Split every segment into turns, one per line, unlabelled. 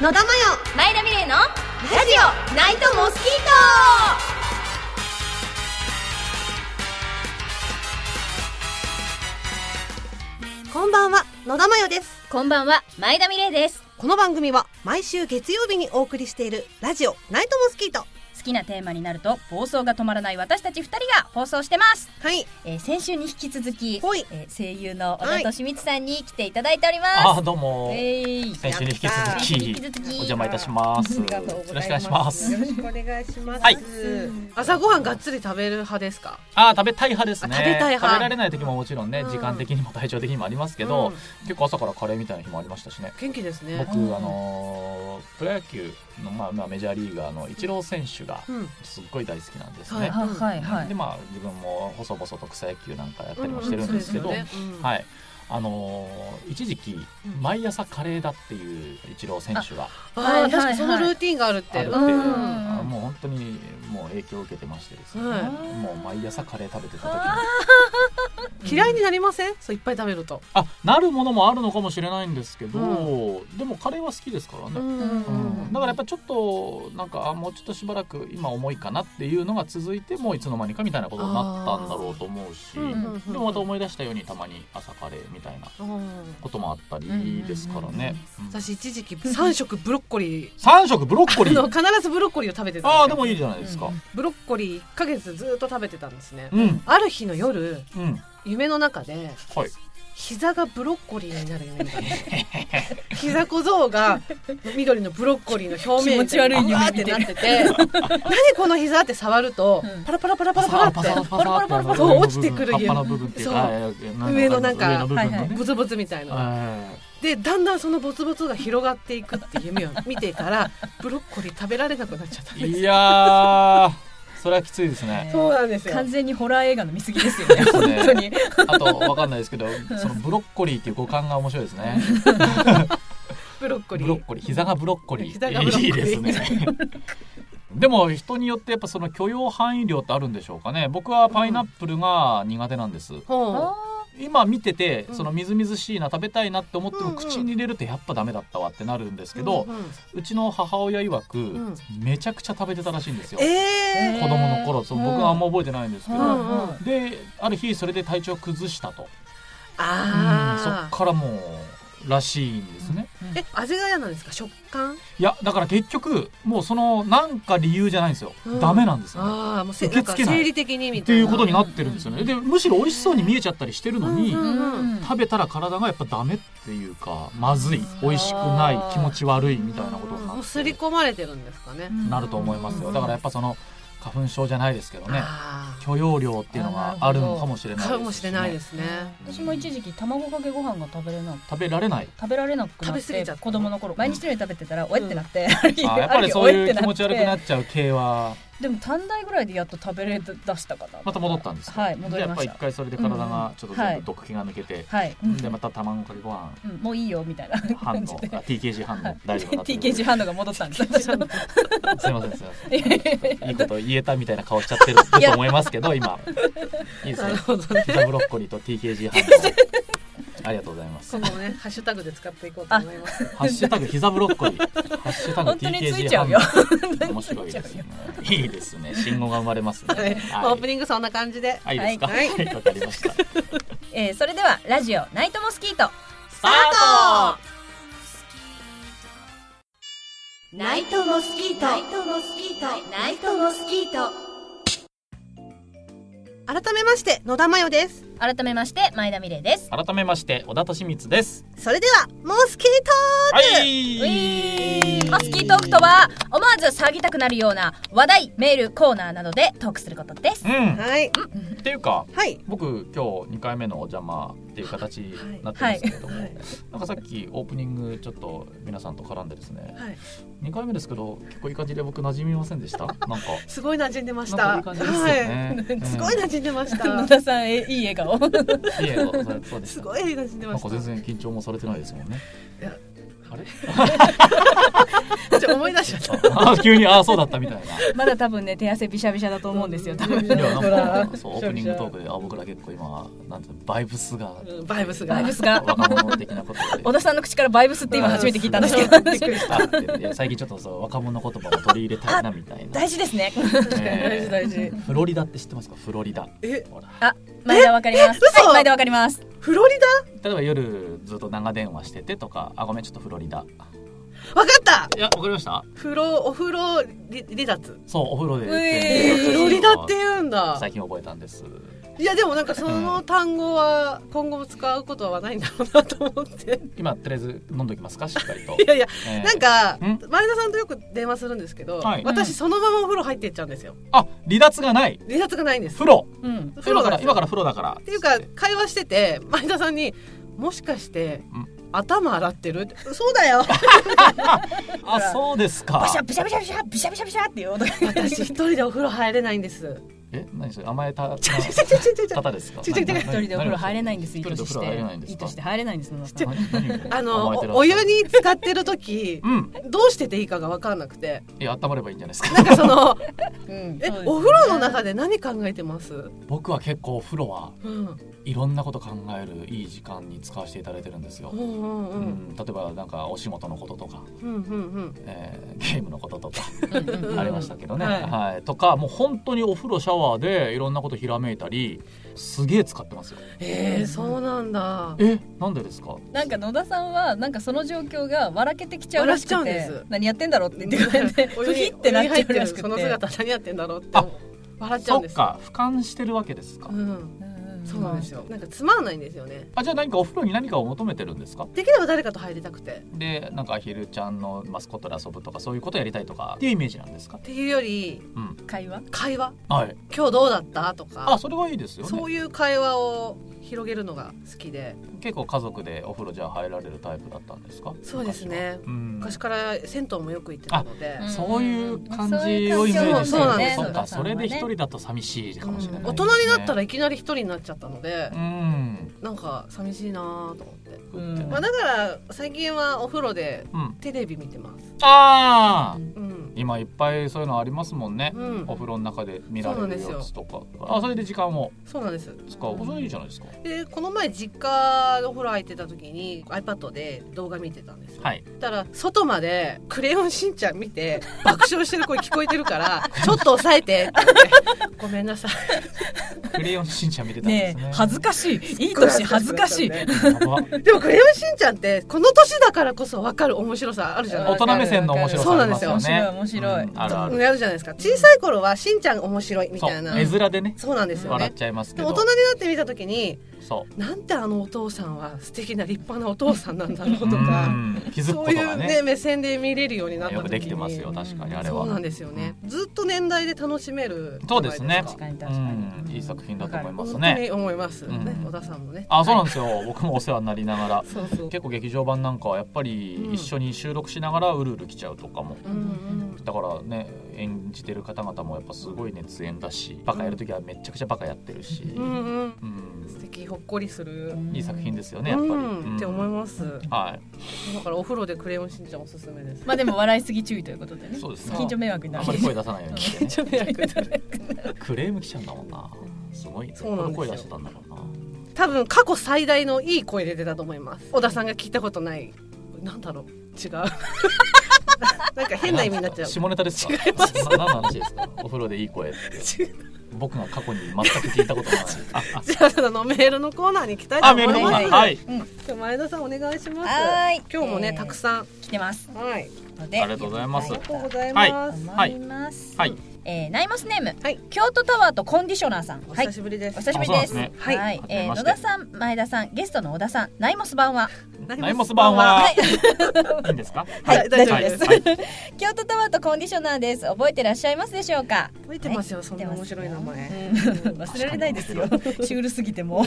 野田真
前田美玲のラ
代ラジ
ジオナイトモスキー
代こんばんは野田真代です
トこんばんは前田美玲です
この番組は毎週月曜日にお送りしているラジオナイトモスキート
好きなテーマになると暴走が止まらない私たち2人が放送してます、
はい
えー先週に引き続き、
ほい
えー声優
は
の小
い
田敏光さんに来ていただいておりま
あ
す、
ーどうも、
えい
先週に引き
やった
続
先週に
き
引き続き
お邪魔いたします。
あ
よ
りがとう
ろ
ご
しくお
ざいます
願いします。
よろしくお願いします、
はい
朝ごはんがっつり食べる派ですか
あー食べたい派ですね。
あ食べたい派
られない時ももちろんね、
うん
時間的にも体調的にもありますけど、
うん
結構朝からカレーみたいな日もありましたしね。
元気ですね
僕
うん
あのープロ野球のまあまあメジャーリーガーのイチロー選手が
うん
すっごい大好きなんです
は
ね
い。
はいはいはい
でまあ自分も細々と草野球なんかやったりもしてるんですけど、
うんうんそうですよねうん
はい。あのー一時期
うん
毎朝カレーだっていうイチロー選手が
あー
はいはい
確かにそのルーティンがあるっ
あ
て
るって、
ん
うん
あもう本当にもう影響を受けてましてですね、
はい
もう毎朝カレー食べてた時に
嫌いになりませんそういっぱい食べると
あなるものもあるのかもしれないんですけど、
う
でもカレーは好きですから
ん
ね、うんだからやっぱちょっとなんかあもうちょっとしばらく今重いかなっていうのが続いてもういつの間にかみたいなことになったんだろうと思うし、
うんうんうん
でもまた思い出したようにたまに朝カレーみたいな
うん
こともあったりですからね、うん
私一時期3食ブロッコリ
3食ブロッコリ
ーあの
ー
必ずブロッコリーを食べてたんですよ
ああでもいいじゃないですか
ブロッコリー1ヶ月ずっと食べてたんですね
うんうん、
ある日の夜夢の中で
はい
膝がブロッコリーになる夢見たんですよ膝小僧が緑のブロッコリーの表面
気持ち悪い夢
わーっ
見
て
てる
なってて何この膝って触ると
うん
パラパラパラパラパ
パ
ラ
サ
って
パサパサパサって
そう落ちてくる
葉っぱの部分っていうか
そう
あいやいや
上のなんか
上の部分の
はい
ね
ボツボツみたいな
は
でだんだんそのボツボツが広がっていくっていう夢を見ていたらブロッコリー食べられなくなっちゃったん
い
です
いやーそれはきついですね
そうなんですよ
完全にホラー映画の見過ぎですよね
です
本
ね
当に
あとわかんないですけどそのブロッコリーっていう五感が面白いですね
ブロッコリ
ブロッ
ー
コリー膝がブロッコリ
膝がブロッコ
ーい
リー
いですねでも人によってやっぱその許容範囲量ってあるんでしょうかね僕はパイナップルが苦手なんです、
ほ
今見てて
うん
そのみずみずしいな食べたいなって思って
うん
も
うん
口に入れるとやっぱダメだったわってなるんです
う
けど、
うんうん
うちの母親曰く、
ん
めちゃくちゃ食べてたらしいんですよ、
えー
子供の頃そう僕はあんま覚えてないんですけど、
うん
である日それで体調を崩したと、うんそ
あ
っ
あ
からもうらしいんですね、
え味が嫌なんですか食感
いやだから結局もうそのなんか理由じゃないんですよ、
うん
ダメなんですよね
ああもうせ
受
な
け
ん
付
か
けない
生理的にみ
って
たい
い
な
うことになってるんですよねでむしろ美味しそうに見えちゃったりしてるのに、
うんうん
食べたら体がやっぱダメっていうかまずい美味しくない気持ち悪いみたいなことにな
もう
っ
刷り
て
込まれてるんですかね。
なると思いますよだからやっぱその花粉症じゃないですけどね
あ
許容量っていうのがあるのかもしれ
あ、
ないですし
か
ね
もしれないですね。
私も一時期卵かけご飯が食べれなく
食べられない
食べられなくなっ
食べ過ぎ
て
ちゃった
子供の頃毎日のように食べてたらおえってなって、
あーやっぱりそういう気持ち悪くな
っ
っちゃう系は
てでも短大ぐらいでやっと食べれだしたかな
また戻ったんですか
はい戻りました
じゃあやっぱ一回それで体がちょっと
うんうんは
全
い
部毒気が抜けて、
はい、うん
でまた卵かけご飯
うんもういいよみたいな
反応 あ
感じで
TKG 反応大丈夫 だっていう
TKG 反応が戻ったんです 私の
すいませんすいませ
い
ん
やいやいや
いいこと言えたみたいな顔しちゃってると思いますけど今いいです
な
ね
るほどね。
膝ブロッコリーと TKG 反応ありがとうございます
今後もね、ハッシュタグで使っていこうと思います。
ハッシュタグ膝ブロッコリーハッシュタグ
本当についちゃうよ
TKG 反応面白いですねいいですね信号が生まれますね
はい、まあオープ
ニング
ニングそんな感じで。
はいいいですか
はい
はいわかりました
えーそれではラジオナイトモスキート
ス
ター
ナイトモスキートナイトモスキートナイトモスキート
改めまして野田真代です
改めまして前田美玲です
ト改めまして小田敏光です
それではモスキー
は
ウィ
い
ーモスキートークとは思わず騒ぎたくなるような話題メールコーナーなどでトークすることです
う
ト
ん
はい
っていうか
はい
僕今日二回目のお邪魔っていう形になってますけれども、なんかさっきオープニングちょっと皆さんと絡んでですね、
はい
二回目ですけど結構いい感じで僕馴染みませんでしたなんか
すごい馴染んでまし
な
た。
んかいい感じですよね、うん
すごい馴染んでまし
野
た。
田さんえいい笑顔
いえそうそうですす
ごい馴染んで
な
ま
ん
し
か
た
全。然緊張もされてないですもんね
いや
あれ
ちょっと思い出話だった。
あ急にああそうだったみたいな。
まだ多分ね手汗びしゃびしゃだと思うんですよ多分
い
いや
ほら
なんかそうオープニングトークであ僕ら結構今なんていうのバイブスが
うんバイブスが
バイブスが
若者的なことで
小田さんの口からバイブスって今初めて聞いたんですけど
そうびっくりした
あっていや最近ちょっとそう若者言葉を取り入れたいなみたいな。
大事ですね
確
大事大事。
フロリダって知ってますかフロリダ
え
ほら
あ前田わかります
え嘘
はい前田わかります
フロリ
例えば夜ずっと長電話しててとかあごめんちょっとフロリダ
ダ？わかった。
いやわかりました
フロお風呂離離脱。
そうお風呂で、
えー
フロリダって言うんだ。
最近覚えたんです
いやでもなんかその単語は今後も使うことはないんだろうなと思って。
今とりあえず飲んどきますかしっかりと
いやいや。
えー
なんか
ん
前田さんとよく電話するんですけど、
はい
うん
私そのままお風呂入っていっちゃうんですよ
あ離脱がない
離脱がないんです
風呂
うん
風
今
呂
から
なんですよ
今から風呂だからっ
っていうか会話してて前田さんに「もしかして
うん
頭洗ってる?」そうだよ
あそうですか
ブシャブシャブシャブシャブシャブシャブシャっていう音が
私一人でお風呂入れないんです」
え何それ甘えた
ちょちょちょちょちょちょ
方ですか
ちょちょちょ
何
一人でお風呂入れないんです
一
意図
人でお
し
風呂入れないんで
て意
すか
図して入れないんです野田さん
何何
あ
甘え
の
てら
おお
っしゃ
湯
る
に浸かってる時
うん
どうしてていいかが分かんなくて
いや温まればいいんじゃないですか
なんかその
うん
え
そうです
お風呂の中で何考えてます、
僕は結構お風呂は
うん、
いろんなこと考えるいい時間に使わせていただいてるんですよ
うんう、ん
う
うんん
例えばなんかお仕事のこととか、
うんうんうん
えーゲームのこととか
うんうんうん
ありましたけどね、
は
はいいとかもう本当にお風呂シャワーでいろんなことひらめいたりすげえ使ってますよ
えー、そうなんだ
えなんでですか
なんか野田さんはなんかその状況が笑けてきちゃうらしく
笑っちゃ
て
うんです
何やってんだろうって言ってくれて
お
ふ
湯
ひ
に
ってなっちゃう
お湯に入
ら
っ
してく
る
て
その姿何やってんだろうって
あ
笑っちゃ
そ
うん
っ
です
か俯瞰してるわけですか、
うんそうなんです
よ
よなんかつまんないんですよね
あじゃあ何かお風呂に何かを求めてるんですか
できれば誰かと入りたくてっ
でなんかアヒルちゃんのマスコットで遊ぶとかそういうことやりたいとかっていうイメージなんですか
ていうより
うん
会話
会話
はい
今日どうだったと
あ
か
それはいいですよね
そういう会話を広げるのが好きで
結構家族でお風呂じゃあ入られるタイプだったんですか
そうですね
昔はうん
昔から銭湯もよく行ってたので
あ
そういう感じをイメージして
そうなん
る
ですよ
そっかそれで一
そうなんですよ
人だと寂しいかもしれない、
うん大人になったらいきなり一人になっちゃったので
うん
なんか寂しいなと思って、
うん
まあ、だから最近はお風呂で
うん
テレビ見てます
ああ
うん、
今いっぱいそういうのありますもんね、
うん
お風呂の中で見られるやつとかあそれで時間を
そうなんです
使うそれいいじゃないですか
でこの前実家のお風呂入ってた時に iPad で動画見てたんですよ、
はい
そしたら外まで「クレヨンしんちゃん」見て爆笑してる声聞こえてるから「ちょっと抑えて」って言ってごめんなさい
クレヨンしんちゃん見てたんです
ね
ね
え恥ずかしいいい年恥ずかしい
やば
でも「クレヨンしんちゃん」ってこの年だからこそ分かる面白さあるじゃな
大
いです
人
か
目線の面白さありますよね
そうなんですよ面白い面白い
うんあるあ
ある
る
じゃないですか小さい頃はしんちゃん面白いみ
そ
たいな
う絵面でね
そうなんですよ
笑っ
ね
ちゃいますけ
でも
ど
大人になってみた時に
そう
なんてあのお父さんは素敵な立派なお父さんなんだろうと
う
か
ん気づく
そ
こ
う
と
い
が
う
ね
ね目線で見れるようになった
よく
時
できて
に
ますよ確かにあれは
そうなんですよね。ずっと年代で楽しめるじゃ
そ
な
う
い
で
か。
すね
確かに確かに
うんいい作品だと思いま
本
す
当
ね
に思います。
うん
ね、小田さんもね。
あそうなんですよ僕もお世話になりながら
そうそう。
結構劇場版なんかはやっぱり
うん
一緒に収録しながらうるうる来ちゃうとかも、
うんうん。
だからね演じてる方々もやっぱすごい熱演だしバカやる時はめちゃくちゃバカやってるし、
う
うん
んうん。素
ん
敵ほっこりする。
いい作品ですよねやっ
う
ぱり。
んって思います。
は
だからお風呂でクレヨンしんちゃんおすすめです。
まあでも笑いすぎ注意ということで
い、
ね
そうですね
緊張迷惑にな
あ
る
んまり声出さないようにして、ね、クレーム来ちゃうんだもんなすごいね
そうなんで
こ
すよ
声出してたんだろうな
多分過去最大のいい声で出たと思います。小田さんが聞いたことない。なんだろう。 違う。なんか変な意味になっちゃう。
下ネタですか違います何の話ですかお風呂でいい声って僕が過去に全く聞いたことないああ
じゃああのメールのコーナーに行きたいと
あ
思
メ
い
ール
ま
の
す。
コーナー
は。
はいい
じゃあ前田さんお願いします。
はーい
今日もね、
えー
たくさん。
来てます
はい。
ので
ありがとうございます
ありがとうご
い
ざいます。
思います
はい
えーナイマスネーム
はい
京都タワーとコンディショナーさん
お
はい
久しぶりで
お
す。
久しぶりで
あそ
す
うなんです
ねはい
はいえー
はじ
野
めまして
田さん前田さんゲストの小田さんナイモス版は
ナイモス版は
はい
いいんですか
はい
はい
大丈
夫です
はいはい
京都タワーとコンディショナーです覚えてらっしゃいますでしょうか
覚えてますよ、そんな面白い名前。
忘れられないですよシュールすぎても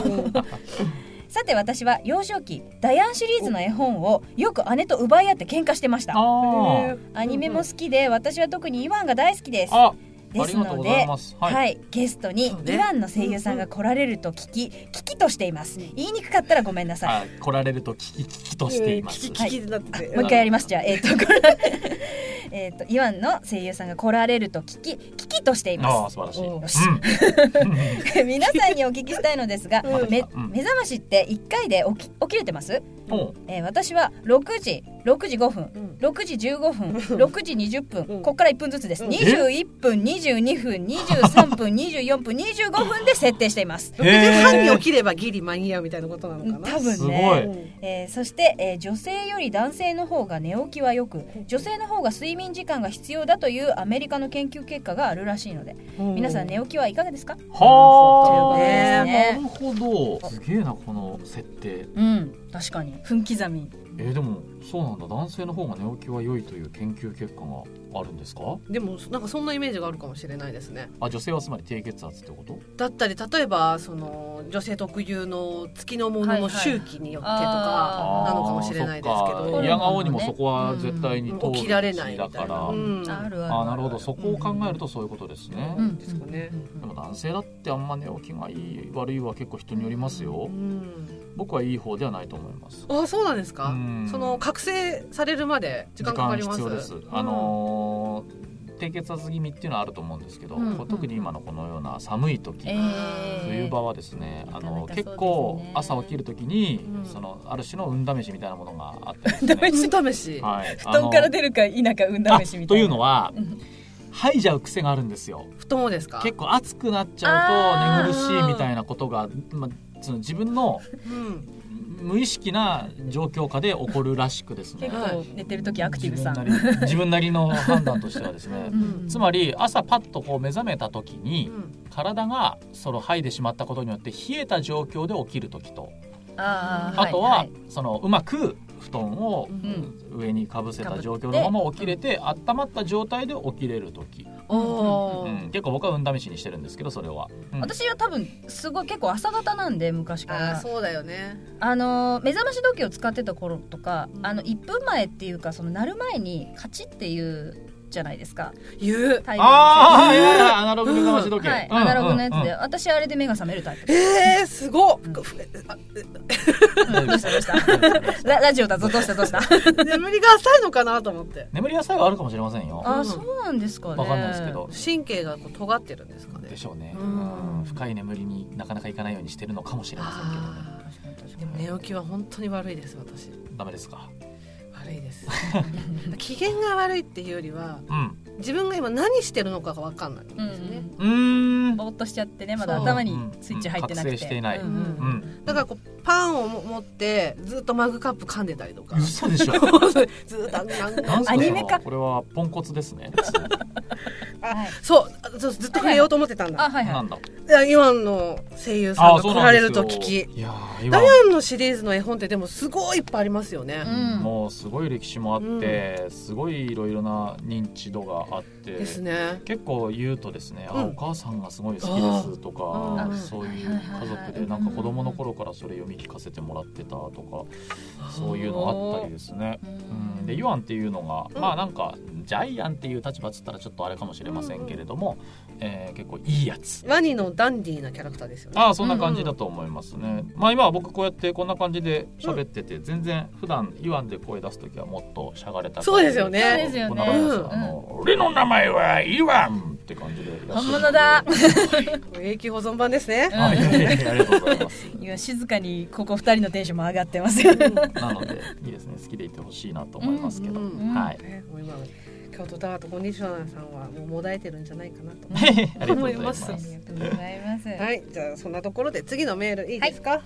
さて私は幼少期ダヤンシリーズの絵本をよく姉と奪い合って喧嘩してました
あ
アニメも好きで私は特にイワンが大好きです
ーあ
で
あ
す
りがとう
の
ござ
で
います
はい、
い
ゲストに
そうね
イワンの声優さんが来られると聞き、聞きとしています言いにくかったらごめんなさい
あ来られると聞き聞きとしています
聞き聞きになってて。
もう一回やりますじゃあえっ、とこれ えっ、とイワンの声優さんが来られると聞き危機としてい
あ
ま
あ素晴らしい。
お
す。 よ
うん
し 皆さんにお聞きしたいのですが、
うん
め
うん
目覚ましって一回で起き起きれてます？
おう
えー私は6時6時5分
うん
6時15分6時20分、
うん
ここから1分ずつです、
うん
21分22分23分24分25分で設定しています
6時半に起きればギリ間に合うみたいなことなのかな
多分
すご
ね、
い。
えーそして、えー女性より男性の方が寝起きはよく女性の方が睡眠時間が必要だというアメリカの研究結果があるらしいので
うん
皆さん寝起きはいかがですか
はあ、
ね
なるほど。すげえなこの設定。
うん確かに分刻み
えー、でもそうなんだ。男性の方が寝起きは良いという研究結果があるんですか？
でもなんかそんなイメージがあるかもしれないですね
あ、女性はつまり低血圧ってこと？
だったり例えばその女性特有の月のものの周期によってと
はいあ
かなのかもしれないですけ
あーそっ
ど、
か嫌顔にもそこは絶対に通
うん
る
起きられないみた
だ
いな、
か
うん
ら。あ
あるある
ーなるほど。そこを考えるとそういうことですね。
うん
ですかね
でも男性だってあんま寝起きがいい悪いは結構人によります
う
よ。
ん
僕はいい方ではないと思います。
あそうなんですか、
うん
その覚醒されるまで時間かかります
時間必要です。あのー低血圧気味っていうのはあると思うんですけど、
うん
こう特に今のこのような寒い時、
えー
冬場はですね、あの
なかなかそうですね
結構朝起きる時に、
うん
そのある種の運試しみたいなものがあってです ね、
運試し、
はい、布
布団から出るか否か運試しみたいな
というのは
うん
吐いじゃう癖があるんですよ。
布団をですか
結構暑くなっちゃうと
あー
寝苦しいみたいなことが、まあ、その自分の
うん
無意識な状況下で起こるらしくですね。
結構寝てる時アクティブさん
自分なり自分なりの判断としてはですね
うん
つまり朝パッとこう目覚めた時
う
に
ん
体がその吐いてしまったことによって冷えた状況で起きる時と
あー
あと
い
はいそのうまく布団を
ん
上にかぶせた状況のまま起きれて温まった状態で起きれる時、
お
う
ー
ん、結構僕は運試しにしてるんですけどそれは。うん
私は多分すごい結構朝方なんで昔か
あー
ら
そうだよね
あのー目覚まし時計を使ってた頃とか、
うん
あの1分前っていうかその鳴る前にカチっていうじゃないですか
言う
タイ
ああ、
マーの
はい
設
はいはい、アナログ目覚まし時
定
計。
はい
うん
アナログのやつで、
うんうん
私あれで目が覚めるタイプで
えー、すごっ、
うん
あ
す、うんどうしたどうしたララジオだぞどうしたどうした
眠りが浅いのかなと思って
眠りやさえはあるかもしれませんよ。
あーそうなんですかね
わかんないですけど。
神経がこう尖ってるんですかね
でしょうね。
うん
うん深い眠りになかなかいかないようにしてるのかもしれませんけどね。
あーでも寝起きは本当に悪いです私
ダメですか。
悪いです機嫌が悪いっていうよりは
うん。
自分が今何してるのかが分かんないんですね、
うん
うーん。
ぼーっとしちゃってねまだ
そう
頭にスイッチ入ってなくて
うん覚醒していない
うんうん
う。
うんだからこうパンをも持ってずっとマグカップ噛んでたりとかず
嘘で しょ。
っとあ
なんすか
アニメ化
これはポンコツですね。
はい
そうあそうずっと触れようと思ってたんだ
あはい
な
はい
んだ。
いやイワンの声優さんが来られると聞き
いやー、今
ダイ。アンのシリーズの絵本ってでもすごいいっぱいありますよね、
うん
もうすごい歴史もあって、すごいいろいろな認知度があって。
ですね
結構言うとですね、
う
あ
ん
お母さんがすごい好きですと
あ
か、
ー
そういう
はいはい
家
はい
族でなんか子供の頃からそれ読み聞かせてもらってたとかそういうのあったりですね。うん、でイワンっていうのが、
うん
まあなんかジャイアンっていう立場っつったらちょっとあれかもしれませんけれども、えー結構いいやつ。
ワニのダンディーなキャラクターですよね
ああそんな感じだと思いますね。まあ今は僕こうやってこんな感じで喋ってて、全然普段イワンで声出す時はもっとしゃがれた感じ
そうですよね
そうですよね
こんな感じです
うん
あの俺の名前はイワンって感じでいらっしゃる
本物だ
永久保存版ですね
あいやいやいやありがとうございます。
今静かにここ二人のテンションも上がってますよ
なのでいいですね好きでいてほしいなと思いますけど、
うん
うん
はい。
ね、もう今京都タワーとコンディショナーさんはもうもだえてるんじゃないかなと
ありがとうございま
思
す
いま。
ありがとうございます。
はいじゃあそんなところで次のメールいいですか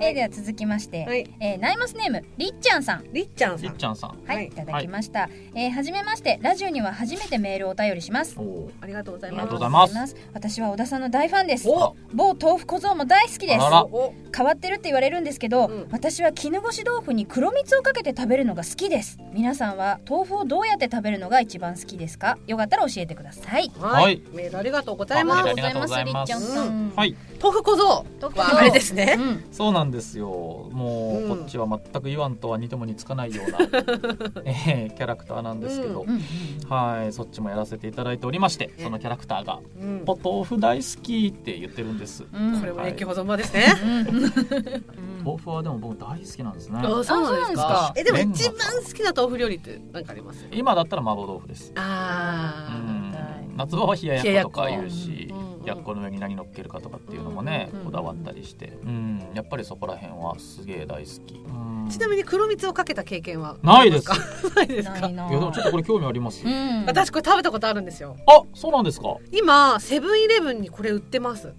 えーでは続きまして、
はい
えーナイマスネームりっちゃんさん。
りっちゃん
り
さ
っ
ん
ちゃんさん。
はい、
はい
い、ただきました。えーはじめまして、ラジオには初めてメールをお便りします。
おお。
ありがとうござ
あ
い
り
ま
がとう
す
ございます
私は小田さんの大ファンです。
お
某豆腐小僧も大好きです。
あら
お
変わってるって言われるんですけど、
うん
私は絹ごし豆腐に黒蜜をかけて食べるのが好きです。皆さんは豆腐をどうやって食べるのが一番好きですか？よかったら教えてください。
はい、
はい
メールありがとうございます
ありがとうございま
ありがと
す
うございま
は
りっ
い、
豆腐小僧
ちゃんさん。豆腐小僧
はあれですね、
うん
そうなんですよ。もう、
うん
こっちは全くイワンとは似ても似つかないような、えーキャラクターなんですけど、
う
うん
はい、そっちもやらせていただいておりまして、そのキャラクターが
うん
ポ豆腐大好きって言ってるんです。
うんうん
これも
はい
永久保存版ですね、
うんうん
豆腐はでも僕大好きなんですね
あそうなんです
あ
か
そ
え
え
で
で
も
麺
も
が
一番好きな豆腐料理って何かあります
今だったら麻婆豆腐ですう
あ
ん夏場は冷ややっことか言うし
冷ややっこうん
やっこの上に何乗っけるかとかっていうのもね
うん
こだわったりしてうんやっぱりそこら辺はすげえ大好きうん
ーちなみに黒蜜をかけた経験は
ないです
か ないです
な
か
いない
やでもちょっとこれ興味ありますよ
うん、
私これ食べたことあるんですよ
あそうなんですか
今セブンイレブンにこれ売ってます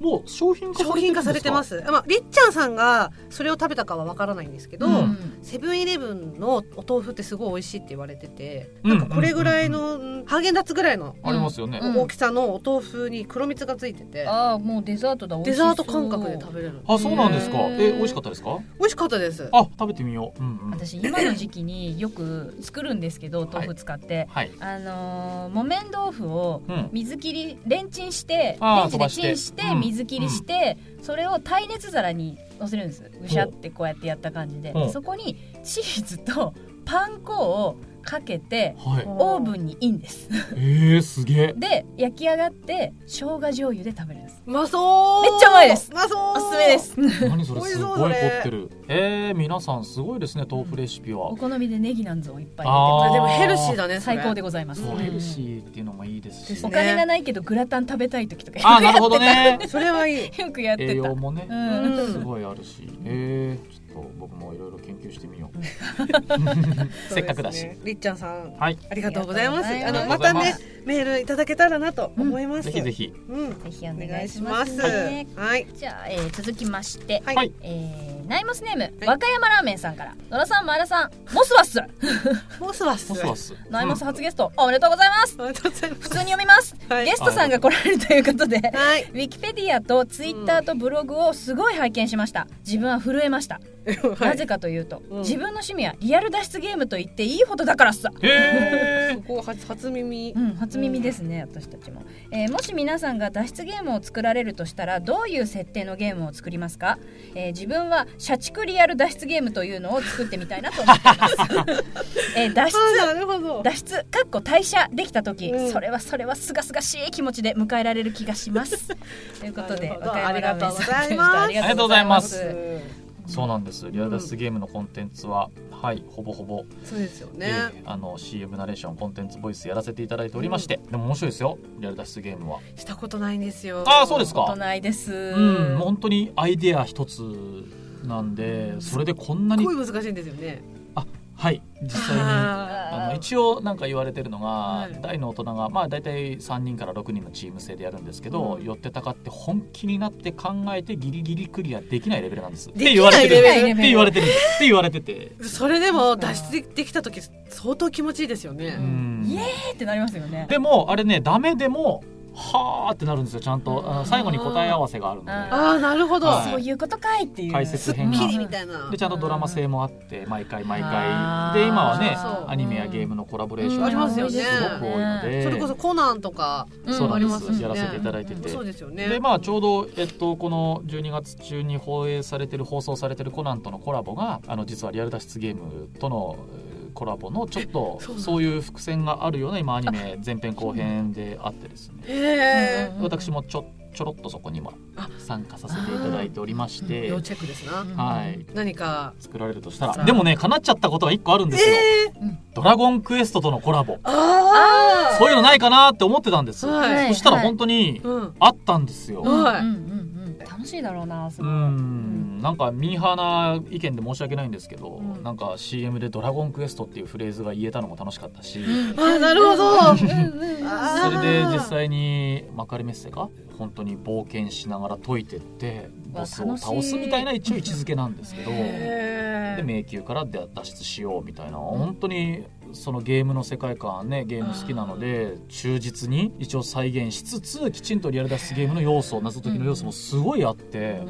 もう商品化
商品化されてますすまありっちゃんさんがそれを食べたかはわからないんですけど、
うん
セブンイレブンのお豆腐ってすごい美味しいって言われてて、
うん
なんかこれぐらいの、うんハーゲンダッツぐらいの
ありますよね、
うん
大きさのお豆腐に黒蜜がついてて、
ああもうデザートだ
デザート感覚で食
べ
べれる
あそうなんですか
へー
え美味しかったですか
美味しかったです
あ食べてみよう、うんうん、
私今の時期によく作るんですけど豆腐使って、
はい
あのー木綿豆腐を
うん
水切りレンチンして
あー
レンジでチンし
飛ば
て
して
水切りして、それを耐熱皿にのせるんですぐしゃってこうやってやった感じで
ほう
そこにチーズとパン粉をかけて
はい
オーブンにインです
えー、すげえ
で焼き上がって生姜醤油で食べるんです
うまそう
めっちゃうまいです
うまそう
おすすめです
何それ
美味
す
しそ
ご
う
い
そ
凝
れ
ってるえー、皆さんすごいですね豆腐レシピ は、
お好みでネギなんぞをいっぱい
あ
入
あでもヘルシーだ
れて
ね
最高で
ご
ございます、
そううんヘルシーっていうのもいいですし、
で
お
すね
金がないけどグラタン食べたい時とかよ
あ
くや
な
って
るほ
た
どね
それはいい
よくやってた
栄養もね
う、、
うん
す
ん
ごいあるしえー、ちょっと僕もいろいろ研究してみよう せっかくだし、
そうですねりっちゃんさん
はい
ありがとうございます
ありが
あ
と
の
うご
ま
ざい
た
ます
ねメールいただけたらなと思います、
ぜひぜひ
うん
ぜひお
お
願
願
い
い
し
し
ま
ますす
ね
はい
じゃあ、えー続きまして、
はい、
はい
えーナイモスネーム、
はい
和歌山ラーメンさんから野田さん前田さんモスワス
モスワス
モスワス
ナイモス初ゲスト、おめでとうございます
ありがとうござ います
普通に読みます、
はい
ゲストさんが来られるということで
はい
ウィキペディアとツイッターとブログをすごい拝見しました自分は震えま した、なぜかというと、
うん
自分の趣味はリアル脱出ゲームと言っていいほどだからっす
うん、え
そこ初初耳
うん、初耳ですね、私たちも、えーもし皆さんが脱出ゲームを作られるとしたらどういう設定のゲームを作りますか、えー自分は社畜リアル脱出ゲームというのを作ってみたいなと思っています えー脱出
あなるほど
脱出かっこ退社できた時、
うん
それはそれはすがすがしい気持ちで迎えられる気がします ということで
なるほど
和歌山ラーメンさん
ありがとうございます
来てただき
ありー、そうなんですリアル脱出ゲームのコンテンツは、はいほぼほぼ
そうですよね、
えーあの CM ナレーションコンテンツボイスやらせていただいておりまして、でも面白いですよリアル脱出ゲームは
したことないんですよ
あーそうですか
大人です、
うんもう本当にアイデア一つなんでそれでこんな
す
に
ごい難しいんですよね
はい実際に
あ
あの一応なんか言われてるのが、
はい
大の大人がまあ大体3人から6人のチーム制でやるんですけど、
うん
寄ってたかって本気になって考えてギリギリクリアできないレベルなんですって
きない
言われてる
レベル
って言われてるって言われてて。
ーそれでも脱出できた時相当気持ちいいですよね、
うん
イエーイってなりますよね
でもあれねダメでもはーってなるんですよちゃんと、
うん
あの最後に答え合わせがあるので
あ
ああなるほど、
はい
そういうことかいっていう
解説編
すっき
が
りみたいな
でちゃんとドラマ性もあって毎回毎
あ
回
ー
で今はね
そう
アニメやゲームのコラボレーション
うんありますよね
すごく多いので
それこそコナンとか、
うん
そうな
あ
ん
り
で
ます
す、
しね
やらせていただいてて、
そうですよね
でまあちょうど、えっと、この12月中に放映されてる放送されてるコナンとのコラボがあの実はリアル脱出ゲームとのえーコラボのちょっと
そうなんだ
そういう伏線があるような今アニメ前編後編であってですね
へえ、
私もちょちょろっとそこに今
あ
参加させていただいておりまして、
要チェックですな、
はい、
何か
作られるとした
さあ
らでもね叶っちゃったことが1個あるんですよ、
えー、
ドラゴンクエストとのコラボ
あ
そういうのないかなって思ってたんです、
はい
はい
そしたら本当に
あうん
あったんですよ、
うんはい
うんうんうん楽しいだろうなす
う
ごい
んなんかミーハーな意見で申し訳ないんですけど、
うん
なんか CM で「ドラゴンクエスト」っていうフレーズが言えたのも楽しかったし、
あなるほど
あ
それで実際にマカルメッセが本当に冒険しながら解いてってボスを倒すみたいな一応位置づけなんですけど。
へ
で
ー
迷宮から脱出しようみたいな本当にそのゲームの世界観ねゲーム好きなので忠実に一応再現しつつきちんとリアル脱出ゲームの要素謎解きの要素もすごいあって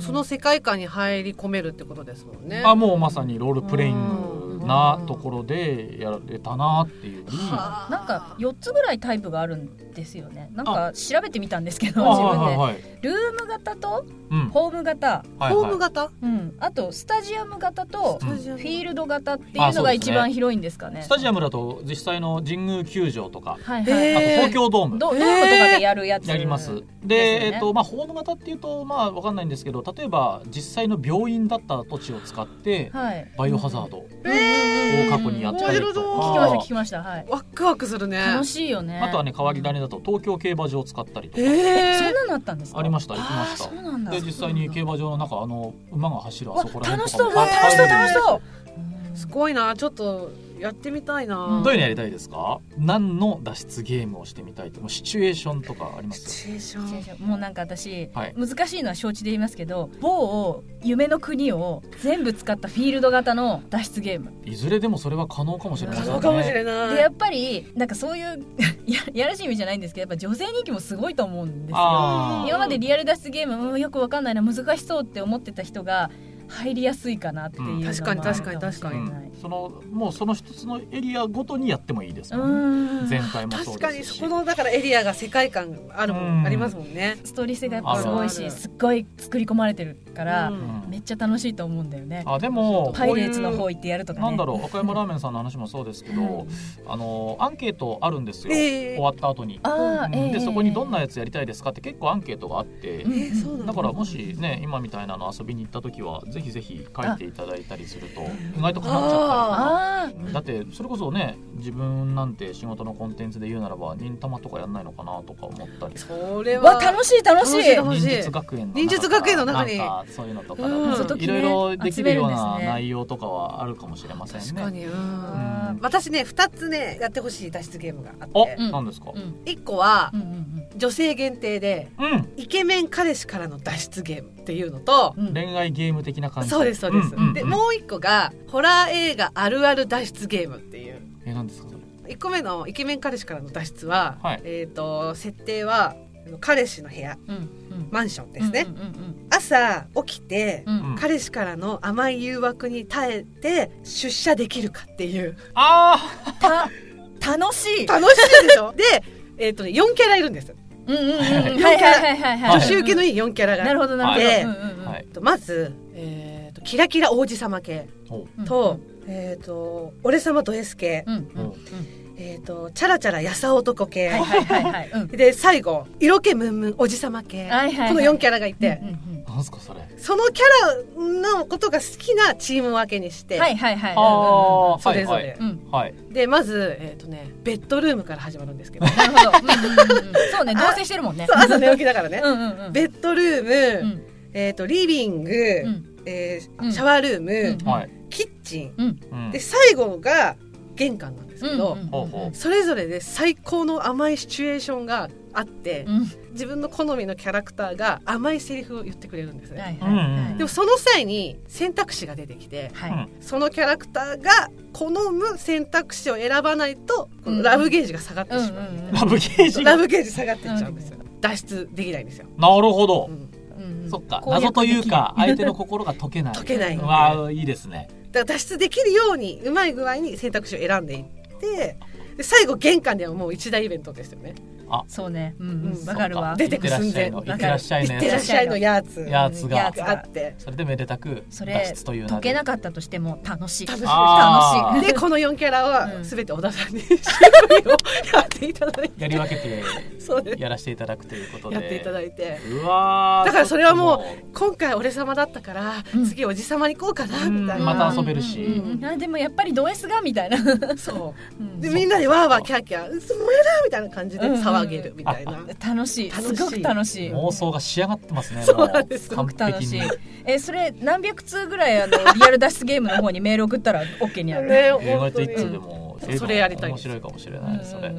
その世界観に入り込めるってことですもんね
あもうまさにロールプレイングなところでやれたなっていう。
はあ
なんか4つぐらいタイプがあるんですよねなんか調べてみたんですけど
あ
自
は
分
いはい
で
はい。
ルーム型と
うん。
ホーム型、
はい
ホーム
は
型
うん、あとスタジアム型と
スタ
フィールド型ってい
あ
う
そ
の
う
が
ですね
一番広いんですかね
い。スタジアムだと実際の神宮球場とか、
はいはい、
え
あ
ー
と東京ドーム。
ドドームとかでやるやつ、
やります。
です
で、
よね
えっとまあホーム型っていうとまあわかんないんですけど、例えば実際の病院だった土地を使って
はい
バイオハザードを
え
過去にやったりとか、
う
聞
ん
きました聞きましたはい
ワクワクするね
楽しいよね
あとはね変わり種だと東京競馬場を使ったりとか、
え
え
そん
ー、
なのあったんですか
ありました行きま
あー
した
そう。なんだ
で実際に競馬場の中あの馬が走るあ
わ
そこら辺
楽し
と
そ
か
う
も
わ楽しそう楽しそう
すごいなちょっとやってみたいな、
うん
どういうのやりたいですか何の脱出ゲームをしてみたいともうシチュエーションとかありま
シ
す
チュエーシ
違う
ョン
違うもうなんか私、
はい
難しいのは承知で言いますけど某夢の国を全部使ったフィールド型の脱出ゲーム、
いずれでもそれは可能かもしれませんね
そうかもしれない、
でやっぱりなんかそういう いやいやらしい意味じゃないんですけどやっぱ女性人気もすごいと思うんですよ
あ
今までリアル脱出ゲーム、うんよくわかんないな難しそうって思ってた人が入りやすいかなっていうのも
うん
確かに
あるもし
確
れ
あ、
か
う
ない
に
ん、そのもうその一つのエリアごとにやってもいいです
う
もんね
ん
前回もそう
確かに
です
そ
し
このだからエリアが世界観あるもん、
うん
ありますもんね
ストーリー性がやっぱすごい
ある
し
ある
すっごい作り込まれてるから、
うん
うん
めっちゃ楽しいと思うんだよね
あでも
パイレーツの
こ
方
うい
行ってやると
う
かね
なんだろう岡山ラーメンさんの話もそうですけ
は
ど
い
あのアンケートあるんですよ、
ええ
終わった後に、
あー
うん
ええ
でそこにどんなやつやりたいですかって結構アンケートがあって、
うん
えーそうなん
だからもしね今みたいなの遊びに行った時はぜひぜひ書いていただいたりすると意外と叶っちゃっ
あ
たりだってそれこそね自分なんて仕事のコンテンツで言うならば忍たまとかやんないのかなとか思ったり
それ
あ
は
わ楽しい楽しい
楽しい楽し
忍術学園の中
忍術学園の中に
なんかそういうのとか
うん
だといろいろできるよ
集
う
めるん
な
ですね
内容とかはあるかもしれませんね
確かに、うん
あー
私ね2つねやってほしい脱出ゲームがあっ
お、
て
うん
なんですか
うん
1個は
うんうん
女性限定で
うん、
イケメン彼氏からの脱出ゲームっていうのと
うんうん
恋愛ゲーム的な感じ
そうですそうです、
んんん
でもう1個がホラー映画あるある脱出ゲームっていう
えなんですかそれ
1個目のイケメン彼氏からの脱出は、
はい
えっ、と設定はあの彼氏の部屋
うんうんうん
マンションですね、
うんうん
朝起きて、
うんうん
うん
彼氏からの甘い誘惑に耐えて出社できるかっていう
あ
た 楽しい
楽しいでしょ で、えっとね、4キャラいるんです
うんうんうん
はい
はいはいはいはい
女子受けのいい4キャラが、
なるほどなるほどうんうんう
あ
ん
はい
えっとまず、えっとキラキラ王子様系
お
うん
と,、えっと俺様ド S 系
う、んうんうん
えっとチャラチャラやさ男系、
はいはいはいはいうん
で最後色気ムンムンおじ様系、
はいはいはい
この4キャラがいて、
うんうん
なんですかそれ
そのキャラのことが好きなチーム分けにして、
はいはいはい
ああー
それぞれ、
うんうんうん
はい
でまず、えっとね、ベッドルームから始まるんですけど
なるほどうんうんうんそうね同棲してるもんね
そう朝寝起きだからね、
うんうんうん
ベッドルーム、
うん
えっとリビング、
うん
えー
うん
シャワールーム、
うん
はい、
キッチン
うん
うん
で最後が玄関なんですけど、
うんうん
ほうほ
それぞれで最高の甘いシチュエーションがあって、
うん
自分の好みのキャラクターが甘いセリフを言ってくれるんですね、
はいはい
うんうん
でもその際に選択肢が出てきて
は
う
い
ん
そのキャラクターが好む選択肢を選ばないと、このラブゲージが下がって
うんう
しまう、
ん
ラブゲージ
ラ
なる
ブゲージ下がっていっちゃうんですよ、脱出できないんですよ、
ほど、
うん
うんうん
そっか
攻略
謎という か
できる
相手の心が解けない
解けないう
わーいいですね
だから脱出できるようにうまい具合に選択肢を選んでいってで最後玄関ではもう一大イベントですよね
そうねうん
う
うんんわかるわ
出てく
いっらっ
寸
しゃ
前
いのいってらっしゃい
い
のや
ってらっ
つ
しゃいのやつ
やつが
やつ
があって
それでめでたく
それ
脱出という名
解けな
で
かったとしても楽しい
楽しい
あー
楽しい
でこの4キャラ
う
は
ん
全て小田さんに CM をやっていただいて
やり分けて
そうで す
やらせていただくということで
やっていただいて
うわー
だからそれはもう
ちょっ
今回俺様だったから、
うん
次おじ様に行こうかなみたい
ま
な、
た遊べるし
うんうんうんあでもやっぱりド S がみたいな
そ
うん
うでみんなでわーわーキャーキャー「そ燃えだ!」みたいな感じで
うんうん
騒げるみたいな、
楽しい
楽し
す
い
ごく楽しい
妄想が仕上がってますね
そうなんです
す
も
ご
う
く楽
完
し
璧
い
に
えそれ何百通ぐらいあのリアル脱出ゲームの方にメール送ったら OK にある
ね
意外
本当
と
に
一通でも
うんそれやりたい
面
です
白いかもしれ
うんうん
ないそれ
うん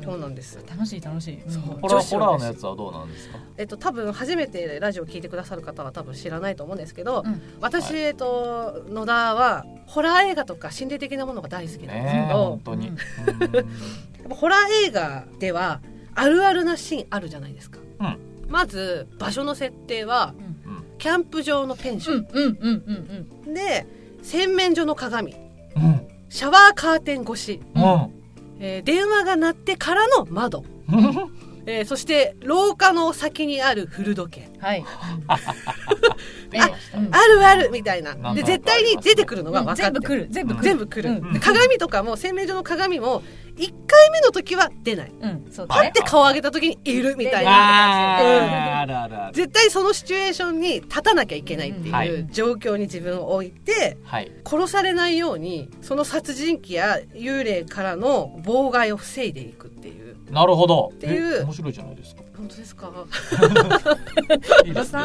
う
そうんなんです
楽しい楽しいうん
そう
ホラ
女
ー
子
ホ
は
ラーのやつはどうなんですか
えっと、多分初めてラジオ聞いてくださる方は多分知らないと思うんですけど、
うん
私、
はい
えっと、野田はホラー映画とか心霊的なものが大好きなんです
ね
け
え
ど
本、当に
うん
やっぱホラー映画ではあるあるなシーンあるじゃないですか、
うん
まず場所の設定は
うん
キャンプ場のペンシ
う
ョ
んうんうんうん
ン、で洗面所の鏡
うん
シャワーカーテン越し、
うん
えー電話が鳴ってからの窓、
うん
えーそして廊下の先にある古時計
はい。えうん
あるあるみたいな
なん
で
か
絶対に出てくるのが
うん
分かっ
全
て
部
る
来る全部来る
全部来る、
うん
で鏡とかも洗面所の鏡も1回目の時は出ない
うんそう
パ
だ
ッ
ね
て顔上げた時にいるみたいな
あーあるあるある
絶対そのシチュエーションに立たなきゃいけないって
うんはい
いう
状況に自分を置いて
はい
殺されないようにその殺人鬼や幽霊からの妨害を防いでいくっていう
なるほど
ていう
え面白いじゃないですか
本当 ですか
いいですね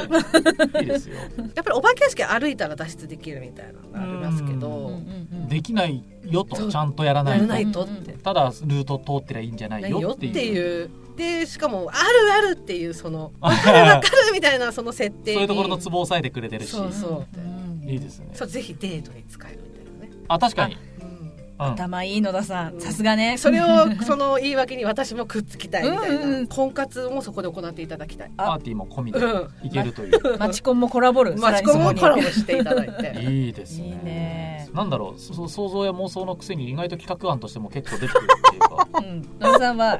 いいですよ
やっぱりお化け屋敷歩いたら脱出できるみたいなのがありますけ
うんうん
ど
うん
できないよ
そ
と
う
ちゃんとやらな
やらないい
と
とって
ただルート通ってりゃいいんじゃない
ないよ
よっ
ってて
いう
いうでしかもあるあるっていうそのわかるわかるみたいなその設定に
そういうところのツボを押さえてくれてるし
そうそ
うん
いいですね
そうぜひデートに使えるみたいなね、
あ確かに
うん
うん
頭いい野田さ
うんん
さすがね
それをその言い訳に私もくっつきたいみたいな、
うんうん
婚活もそこで行っていただきたい、
パーティーも込み
う
で
ん、
いけるという
マチコンもコラボる
マチコンもコラ
さらに
ボしていただい て
いいですね
いいね
なんだろうそそ想像や妄想のくせに意外と企画案としても結構出てくるっていうか
そこにうん野田さんは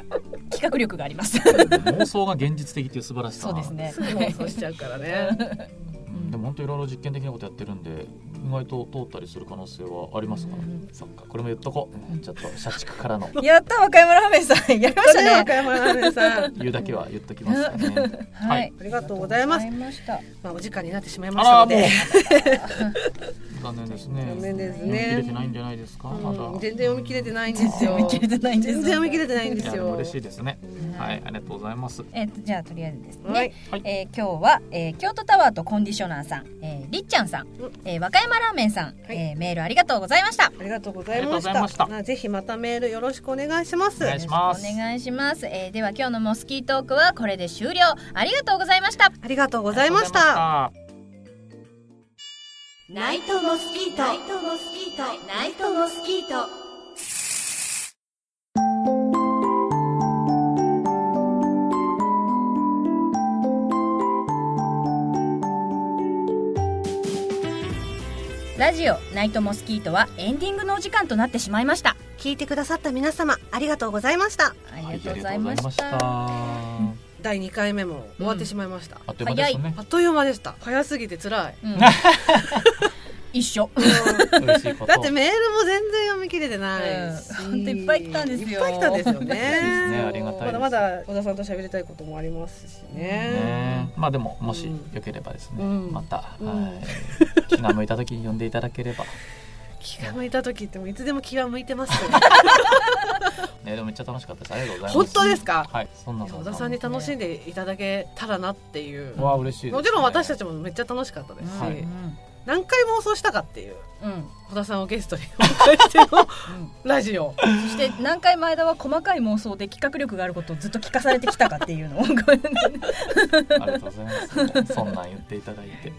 企画力があります
妄想が現実的っていう素晴らし
そ
さ
うですね
すぐ妄想しちゃうからね
うんでも本当いろいろ実験的なことやってるんで意外と通ったりする可能性はありますから、
うん
そっかこれも言っとこう、ちょっと社畜からの
やった若山ラーメンさんやりましたね
岡山ラーメンさん
言うだけは言っときますかね
はい
ありがとうございます
ありがとうございました
まあお時間になってしまいま
あ
した
らも
の
う
で
残念ですね
残念です
読み切れて
ね
ないんじゃないですか、まだ
うん全然読み切れてないんですよ
読み切れてないんです
全然読み切れてないんで
いや
す
でも
よ
嬉しいですね
は
はいいありがとうございます
えっとじゃあとりあえずですね
はい
はい
えー今日は、えー京都タワーとコンディショナーさん、えーりっちゃんさん、えー和歌山ラーメンさん、
はい
えーメールありがとうございました。
ありがとうござい
ありがと
ま
うご
した
ざいました
まあぜひまたメールよろしくお願いします
お願いします
よろしくお願いします、えーでは今日のモスキートークはこれで終了ありがとうございました
ありがとうご
ご
ざいました
ナイトモスキートナイトモスキートナイトモスキート
ラジオナイトモスキートはエンディングのお時間となってしまいました
聞いてくださった皆様ありがとうございました
あ
はいあ
り
り
がと
が
う
とう
ご
ござ
ざい
いま
まし
したたあ
第2回目も終わってしまいました、
っという間ですね
あっという間でした早すぎて辛い
うん 一緒
嬉しいこと
だってメールも全然読み切れてないし、
うん本当いっぱい来たんですよ
いっぱい来たんですよね。
すねありがたいです
まだまだ小田さんと喋りたいこともありますしね。
ねまあでももし
うん
よければですね、
うん
また、
うん
はい気が向いた時に呼んでいただければ、
気が向いた時ってもいつでも気が向いてます。
ね、でもめっちゃ楽しかったですありがとうございま
本
す
当ですか。
はいそんなの
小田さんに楽しんでいただけたらなっていう。
わあ嬉しいですね、
もちろん私たちもめっちゃ楽しかったですし、
はい
何回妄想したかっていう
うんうん
小田さんをゲストにお迎えしての
う
ラジオ。
んそして何回前田は細かい妄想で企画力があることをずっと聞かされてきたかっていうのを
ありがとうございます。そんなん言っていただい て、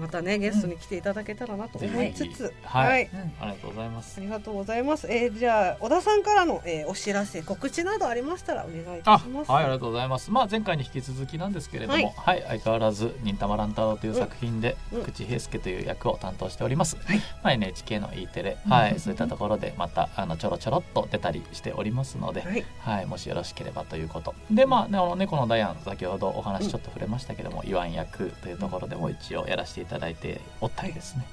またねゲストに来ていただけたらなと思いつ
ぜ
つ、
ひはい
うん
ありがとうございま
あ
す。
りがとうございます。えー、じゃあ小田さんからの、えー、お知らせ告知などありましたらお願いいた
あ、
します。
はい、ありがとうございます。まあ、前回に引き続きなんですけれども、はい、相変わらず、忍たま乱太郎という作品で、
うんうん
福地平介という役を担当しております。
はい
まあ、NHK の E テレ、
うん
はい、そういったところで、また、あの、ちょろちょろっと出たりしておりますので、
はい、
はい、もしよろしければということ。で、まあ、ね、あの猫のダイアン、先ほどお話ちょっと触れましたけども、イワン役というところでも一応やらせていただいておったりですね。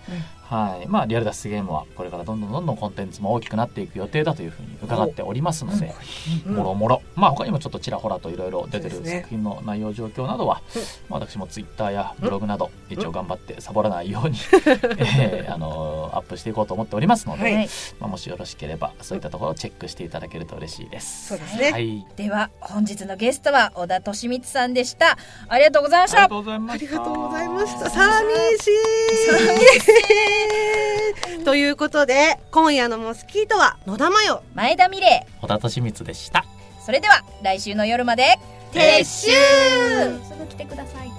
はい、まあ、リアル脱出ゲームはこれからどんどんどんどんコンテンツも大きくなっていく予定だというふうに伺っておりますので、
うん
もろもろ、まあ、他にもちょっとちらほらといろいろ出て
そう
る
ですね
作品の内容状況などは、
うん
まあ、私もツイッターやブログなど、一応頑張ってサボらないよ うに、えーあのーアップしていこうと思っておりますので、
はい
はい
まあ、もしよろしければそういったところをチェックしていただけると嬉しいです。
そうですね。
はい、
では本日のゲストは小田敏光さんでしたありがとうございまし
あり
た
がとうございま
あ
した。
りがとうございました。寂しい。 ということで、今夜のモスキートは野田真代。
前田美玲
小田敏光でした。
それでは来週の夜まで
撤収
すぐ来てください